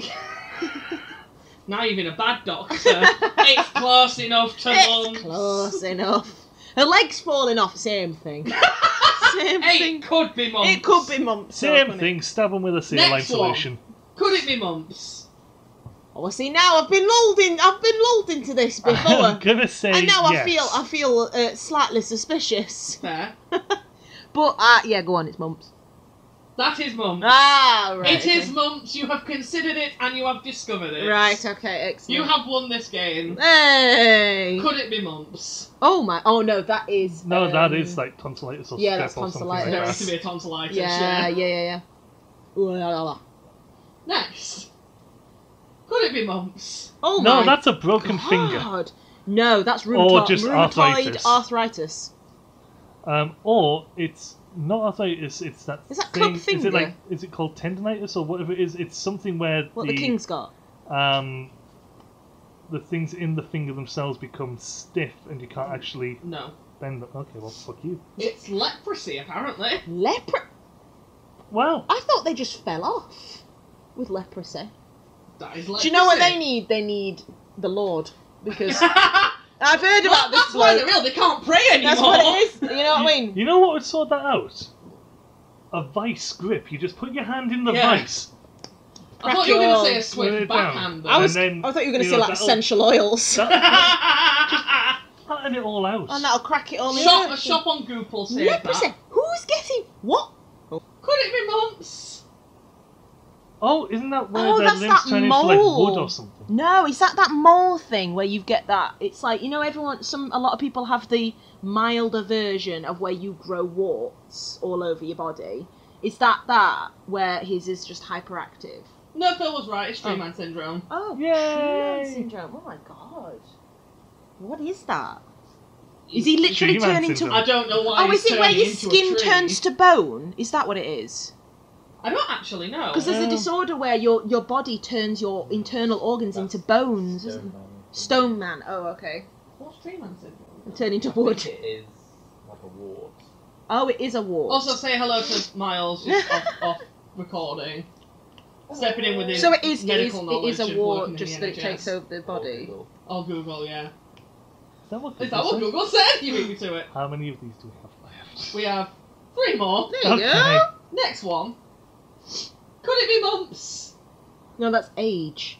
Now you've been a bad doctor. it's close enough to mum.
It's close enough. Her leg's falling off, same thing. same
Hey,
thing.
it could be mumps.
It could be mumps. so
Same
funny.
thing. Stab them with a saline
Next one.
solution.
Could it be mumps?
Oh, see, now I've been lulled in. I've been lulled into this
I'm
before,
gonna say.
and now
yes.
I feel I feel uh, slightly suspicious.
Fair.
But uh, yeah, go on, it's mumps.
That is mumps.
Ah, right.
It is mumps. You have considered it and you have discovered it.
okay. right. Okay, excellent.
You have won this game.
Hey!
Could it be mumps?
Oh my! Oh no, that is.
No, Oh, that
um,
is like tonsillitis or
yeah,
staph
that's
or something
It's
like
going
tonsillitis.
that.
to be a tonsillitis.
Yeah, yeah,
Yeah.
yeah, yeah. Ooh, la, la, la.
Next. Could it be mumps?
Oh
no,
my
that's a broken
God.
finger.
No, that's
Or
rheumatoid,
just
rheumatoid
arthritis.
arthritis.
Um, or it's not arthritis. It's that.
Is that
thing.
club
Is
finger?
it like? Is it called tendonitis or whatever it is? It's something where
What the, king's got.
um, the things in the finger themselves become stiff and you can't actually
No.
bend them. Okay, well, fuck you.
It's leprosy, apparently.
Lepra.
Well,
I thought they just fell off with leprosy.
That is leprosy.
Do you know what they need? They need the Lord because
well,
I've heard about this
that's why
bloke.
they're ill. They can't pray anymore.
That's what it is. You know what I
you,
mean?
you know what would sort that out? A vice grip. You just put your hand in the
Yeah.
vice.
I thought you were going to say a
Put
swift
it down.
backhand.
I was.
And then,
I thought you were going to
you
say
know,
like
that'll-
essential oils,
That,
shop,
that'd it all out.
and that'll crack it all in.
a shop on Google says
Leprosy.
that.
Who's getting what?
Could it be mumps?
Oh, isn't that where
Oh,
their
that's
limbs
that
turn into like wood
mole.
or something?
No, it's that that mole thing where you get that. It's like you know, everyone, some a lot of people have the milder version of where you grow warts all over your body. It's that that where his is just hyperactive.
No, Phil was right. It's Tree Man Syndrome.
Oh,
Yay.
Schumann syndrome. Oh my god, what is that? Is he
It's
literally
Schumann
turned into?
syndrome.
I don't know why.
Oh, is
he's
it where
turning
your
into a
skin
tree.
turns to bone? Is that what it is?
I don't actually know.
Because there's a
Oh.
disorder where your your body turns your internal organs into bones.
Stone
Isn't...
Man.
Stone man. Oh, okay.
What's Tree Man Syndrome?
Turn into
I think
wood.
It is like a wart.
Oh, it is a wart.
Also, say hello to Miles just off, off recording. Stepping in with his
So it is, it is,
medical
it
knowledge
is a
of
war
working in
just
the
that it
NHS.
takes over the body.
Or
on Google, yeah.
Is that what
Is that
people
what
say?
Google said? You beat me to it.
How many of these do we have left?
We have three more.
There you
Okay.
go.
Next one. Could it be mumps?
No, that's age.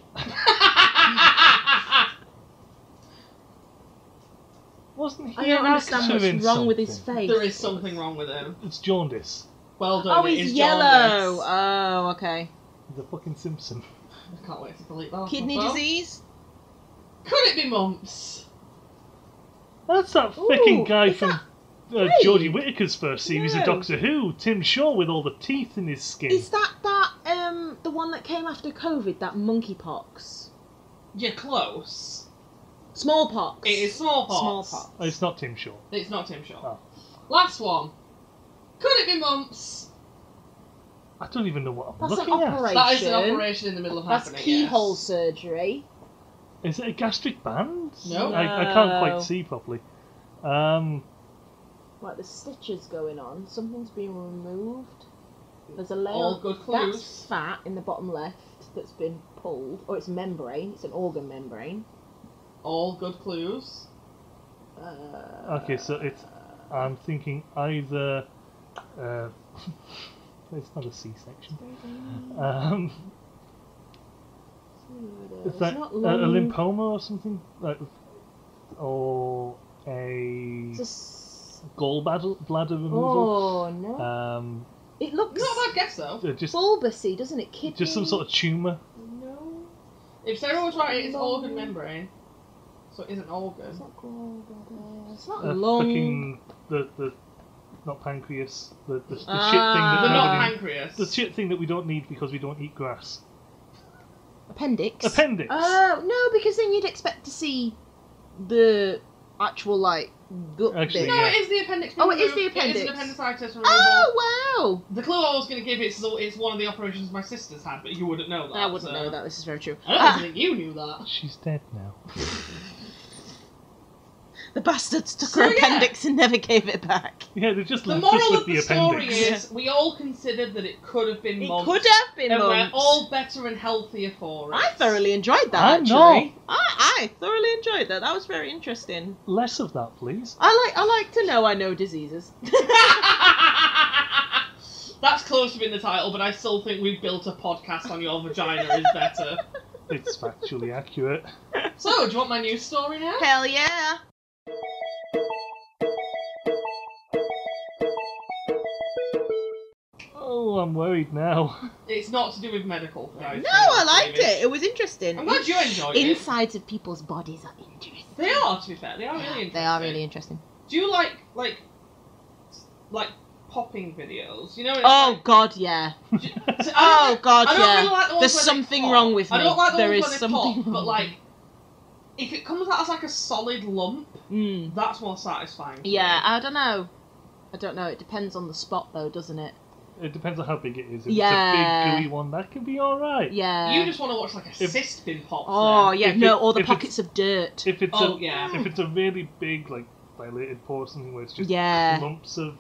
Wasn't he
I don't
an
understand what's
actor
wrong
in
with his
something?
face.
there is something wrong with him.
It's jaundice.
Well done.
Oh,
it
he's
is
yellow.
jaundice.
Oh, okay.
The fucking Simpson.
I can't wait to delete that. off my
Kidney
phone.
disease.
Could it be mumps?
That's that
Ooh,
fucking guy
is
from
that-
uh, Geordie Whittaker's first series
No.
of Doctor Who, Tim Shaw, with all the teeth in his skin.
Is that that um the one that came after COVID? That monkeypox,
You're close.
smallpox.
It is smallpox.
smallpox.
Oh, it's not Tim Shaw.
It's not Tim Shaw.
Oh.
Last one. Could it be mumps?
I don't even know what I'm
That's an
looking at.
operation.
That is an operation in the middle of
That's
happening.
keyhole
yes.
surgery.
Is it a gastric band?
No.
I, I can't
No.
quite see properly. Um,
Like the stitches going on. Something's been removed. There's a
All
layer
good
That's
clues.
fat in the bottom left that's been pulled, or it's membrane. It's an organ membrane.
All good clues.
Uh,
Okay, so it's- I'm thinking either. Uh, it's not a C section. Um,
It's
is that
not
a, a
lung.
lymphoma or something? Like, or a
It's a s-
gallbladder bladder removal?
Oh no!
Um,
it looks
Not a bad guess though.
uh, just
bulbousy, doesn't it? Kidney.
just some sort of tumor.
No,
If Sarah was right, it's
Lung.
organ membrane. So it isn't
it's
organ.
not gallbladder. It's not
Uh,
lung.
Fucking the the not pancreas. The the, the shit thing
Ah.
that
But not
nobody-
pancreas.
the shit thing that we don't need because we don't eat grass.
Appendix.
Appendix.
Ah.
Oh no, because then you'd expect to see the actual like gut
Actually,
bit.
no,
yeah.
it is the appendix.
Oh, it is the
removed. It is an
appendix.
appendicitis removal.
Oh wow!
The clue I was going to give is that it's one of the operations my sisters had, but you wouldn't know that.
I wouldn't
so-
know Uh, that. This is very true.
I don't
Ah.
think you knew that.
She's dead now.
The bastards took
So,
her
yeah.
appendix and never gave it back.
Yeah, they just
The
left
moral
us with
of the,
the
story
appendix.
is we all considered that it could have been
It
months,
could have been
and we're
months.
all better and healthier for it.
I thoroughly enjoyed that.
I'm
actually, I, I thoroughly enjoyed that. That was very interesting.
Less of that, please.
I like I like to know I know diseases.
That's close to being the title, but I still think we've built a podcast on your vagina is better.
It's factually accurate.
So, do you want my news story now?
Hell yeah!
Oh, I'm worried now.
It's not to do with medical, guys.
No, I liked it. It was interesting.
I'm glad you enjoyed it.
Insides of people's bodies are interesting.
They are, to be fair. They are really interesting.
They are really interesting.
Do you like like like popping videos? You know. It's
Oh God, yeah.
like- do- I don't-
Oh God,
I don't really like
yeah.
the ones
There's
where they
something
pop.
wrong with
I don't
me.
like the
There
ones
is
where they
something
pop, but
wrong.
like if it comes out as like a solid lump,
Mm.
that's more satisfying. to
Yeah,
me.
I don't know. I don't know. It depends on the spot, though, doesn't it?
It depends on how big it is. If it's a
Yeah.
big gooey one, that can be alright.
Yeah.
You just want to watch like a
If-
cyst being popped.
uh, oh yeah.
If it-
No, all the
if it's-
pockets of dirt.
If it's
Oh,
a
yeah.
if it's a really big like dilated pore or something where it's just
Yeah.
lumps of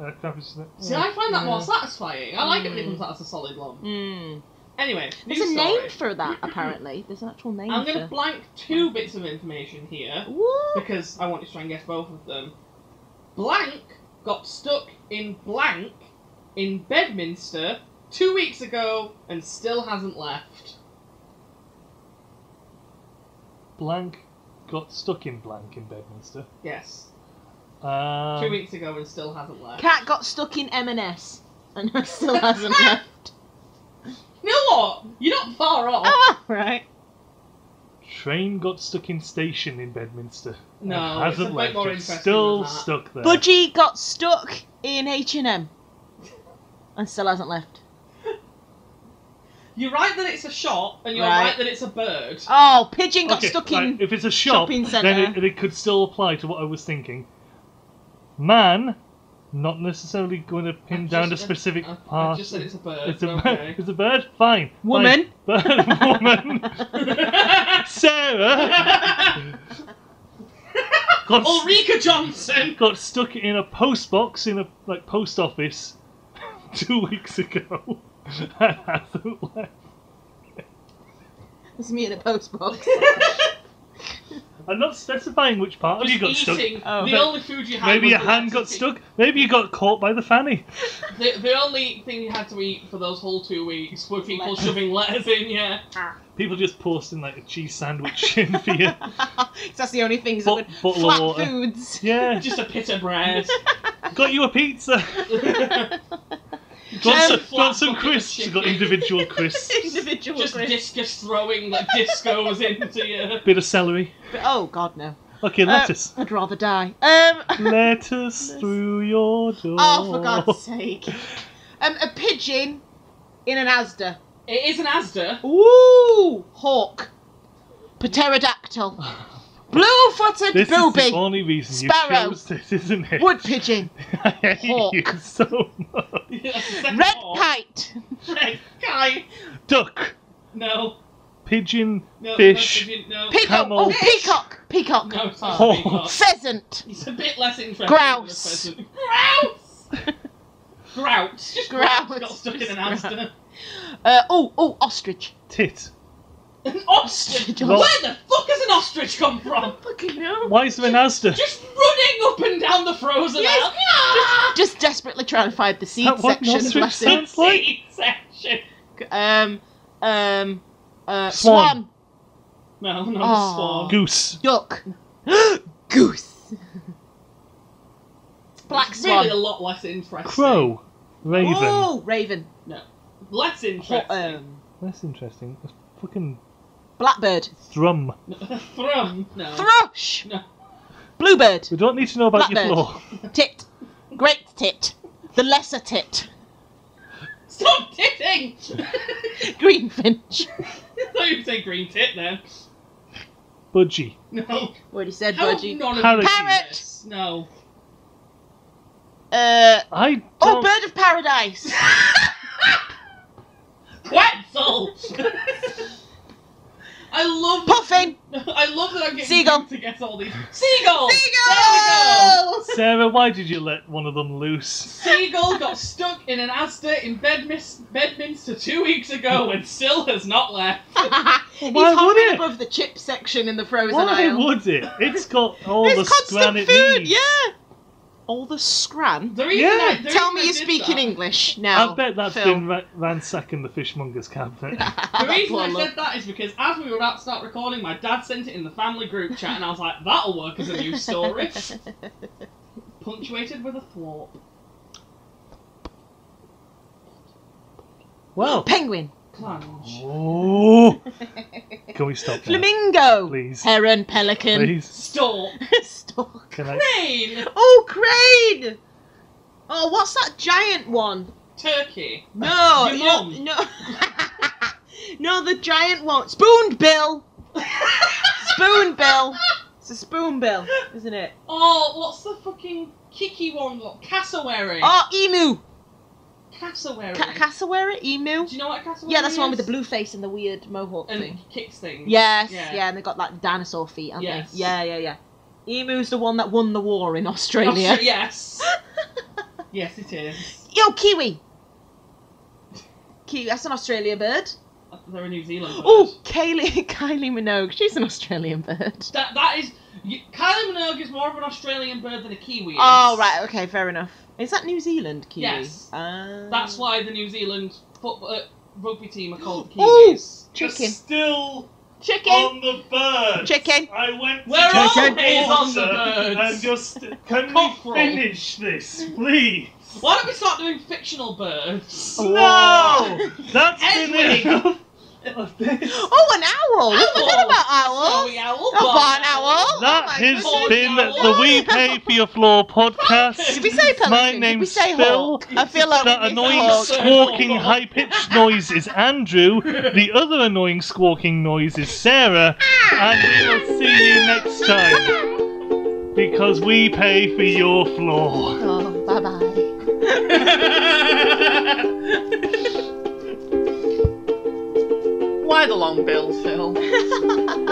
uh, crap, it's just-
See, I find that more satisfying. I like it when it
Mm.
comes out as a solid lump.
Mm.
Anyway,
There's
news
a
story.
name for that apparently. There's an actual name
I'm
for.
going to blank two bits of information here
Woo!
because I want you to try and guess both of them. Blank got stuck in blank in Bedminster two weeks ago and still hasn't left.
blank got stuck in blank in Bedminster.
Yes,
Um,
two weeks ago and still hasn't left.
Cat got stuck in M&S and still hasn't left.
you know what? You're not far off.
Ah, right.
Train got stuck in station in Bedminster.
no,
It
it's a
hasn't
bit
left.
more
It's
interesting.
still
than that.
stuck there.
Budgie got stuck in H&M and still hasn't left.
You're right that it's a shot, and you're
Right.
right, that it's a bird.
Ah.
Oh, pigeon got
Okay,
stuck
right,
in.
if it's a shop,
shopping
then it,
centre.
it could still apply to what I was thinking. Man, not necessarily going to pin
I've
down
just-
a specific
I've- I've
part.
just said it's a bird.
ah. It's a bird.
okay.
It's a bird. Fine. fine.
Woman.
Bird. Woman. Sarah got,
Ulrika Johnson.
got stuck in a post box in a like post office two weeks ago. and hasn't left.
It's me in a post box.
I'm not specifying which part of you got
Just
stuck.
eating
Oh.
the only food you had.
Maybe
was
your
the
hand got
electricity.
stuck. Maybe you got caught by the fanny.
The, the only thing you had to eat for those whole two weeks were people
Lettuce.
shoving letters in. Yeah,
People just posting like a cheese sandwich in for you.
That's the only things
Bo-
that would
bottle of
flat
water.
foods.
Yeah,
just a pit of bread.
got you a pizza. Got
Just a
some,
flat
got some
bucket of
crisps. Got
chicken.
individual crisps.
Individual
just
crisps.
discus throwing like discos into you.
Bit of celery.
Oh god no.
Okay,
Uh,
lettuce.
I'd rather die. Um
lettuce
Lettuce.
through your door.
Oh for God's sake. Um a pigeon in an Asda.
It is an Asda.
Ooh! Hawk. Pterodactyl. Blue footed
This is
booby.
the only reason you
Sparrow.
chose this, isn't it?
Wood pigeon.
I hate you
Hawk.
so much.
That's the second
Red
one.
kite.
Red kite.
Duck,
No.
pigeon,
No.
Fish. Oh.
that's a- No.
Peacock.
Camel.
Oh, peacock. Peacock.
No. It's not a
Horse.
peacock.
Pheasant.
He's a bit less interested.
Grouse.
Than the pheasant. Grouse. Grouse. Just grouse.
Grouse.
Got stuck in an
Just
Asda.
Uh, oh, oh, ostrich.
tit.
An ostrich.
Ostrich.
Where the fuck has an ostrich come from?
Fucking hell.
Why is there an Asda?
Just running up and down the frozen
Yes.
aisle.
Just desperately trying to find the seed
That what an
section.
ostrich
Bless him.
sounds like?
Seed section.
Um, um, uh,
Swan.
swan.
No, no,
Aw.
swan.
Goose.
Duck. Goose. Black
It's
swan.
Really, a lot less interesting.
Crow. Raven.
Oh, raven.
Less
Ho-
interesting.
um,
That's interesting. A fucking
blackbird.
thrum.
Thrum. No.
Thrush.
No.
Bluebird.
We don't need to know about your
Blackbird.
floor.
Tit. Great tit. The lesser tit.
Stop titting.
Greenfinch.
I thought you say green tit then.
Budgie.
No.
Already said
How have
budgie.
none of you
Parrot.
seen
Parrot.
this? No.
Uh,
I don't...
oh, bird of paradise.
Quetzal. I love
Puffin!
I love that I'm getting
Seagull.
you to guess all these. Seagull! Oh, There
Seagull!
Sarah, why did you let one of them loose?
we go! Seagull got stuck in an Asda in Bedmis- Bedminster two weeks ago and still has not left.
He's
why would
hovering
it?
above the chip section in the frozen
Why
aisle.
would it? It's got all the
It's
scran
constant
it
food,
needs.
yeah! All the scran?
The reason
Yeah.
I, the reason
Tell me
I
you're
did
speaking
that-
English now.
I bet that's
Phil.
been ra- ransacking the fishmonger's cabinet.
The
Ah, That
reason
poor
I
love.
said that is because as we were about to start recording, my dad sent it in the family group chat, and I was like, "That'll work as a news story." Punctuated with a thwart.
well,
Penguin.
Plunge.
oh, can we stop now?
Flamingo.
Please.
Heron. Pelican.
Please,
Stork.
Stork.
can I?
Crane.
Oh, crane! Oh, what's that giant one?
Turkey.
No,
Your
no,
mum.
no. no, the giant one. Spoonbill. Spoonbill. It's a spoonbill, isn't it?
Oh, what's the fucking kiki one? What? Cassowary.
Oh, emu.
Cassowary.
Ca- cassowary, emu.
Do you know what a cassowary
Yeah, that's the one with the
is?
blue face and the weird mohawk
And it
thing.
kicks things.
Yes,
Yeah.
yeah. and they got like dinosaur feet, haven't
Yes.
they? Yeah, yeah, yeah. Emu's the one that won the war in
Oh,
Australia.
sure, yes. yes, it is.
Yo, kiwi. Kiwi, that's an Australian bird.
They're a New Zealand. bird.
Oh, Kaylee, Kylie Minogue. She's an Australian bird.
That that is. You, Kylie Minogue is more of an Australian bird than a kiwi. Is.
Oh right, okay, fair enough. Is that New Zealand kiwi?
Yes.
Um,
That's why the New Zealand football uh, rugby team are called the
Ooh,
Kiwis. Oh,
chicken.
Still
Chicken.
on the bird.
Chicken.
I went to
We're
check
always
water
on the birds.
And just can we
Cockerel.
finish this, please?
Why don't we start doing fictional birds?
No, that's
Edwin.
been enough of this.
Oh, an owl. We
Owl.
forgot about owls.
Snowy owl.
A barn
barn
Oh, owl.
That
oh my
has
goodness.
been the
goodness.
We Pay for Your Floor podcast.
Did we say pelican?
My
Did we
name's
say
Phil.
hawk? I feel like
That
we missed
annoying
hawk.
squawking high pitched noise is Andrew. The other annoying squawking noise is Sarah. And we will see you next time. Because we pay for your floor.
Oh, bye bye.
Why the long bill, Phil?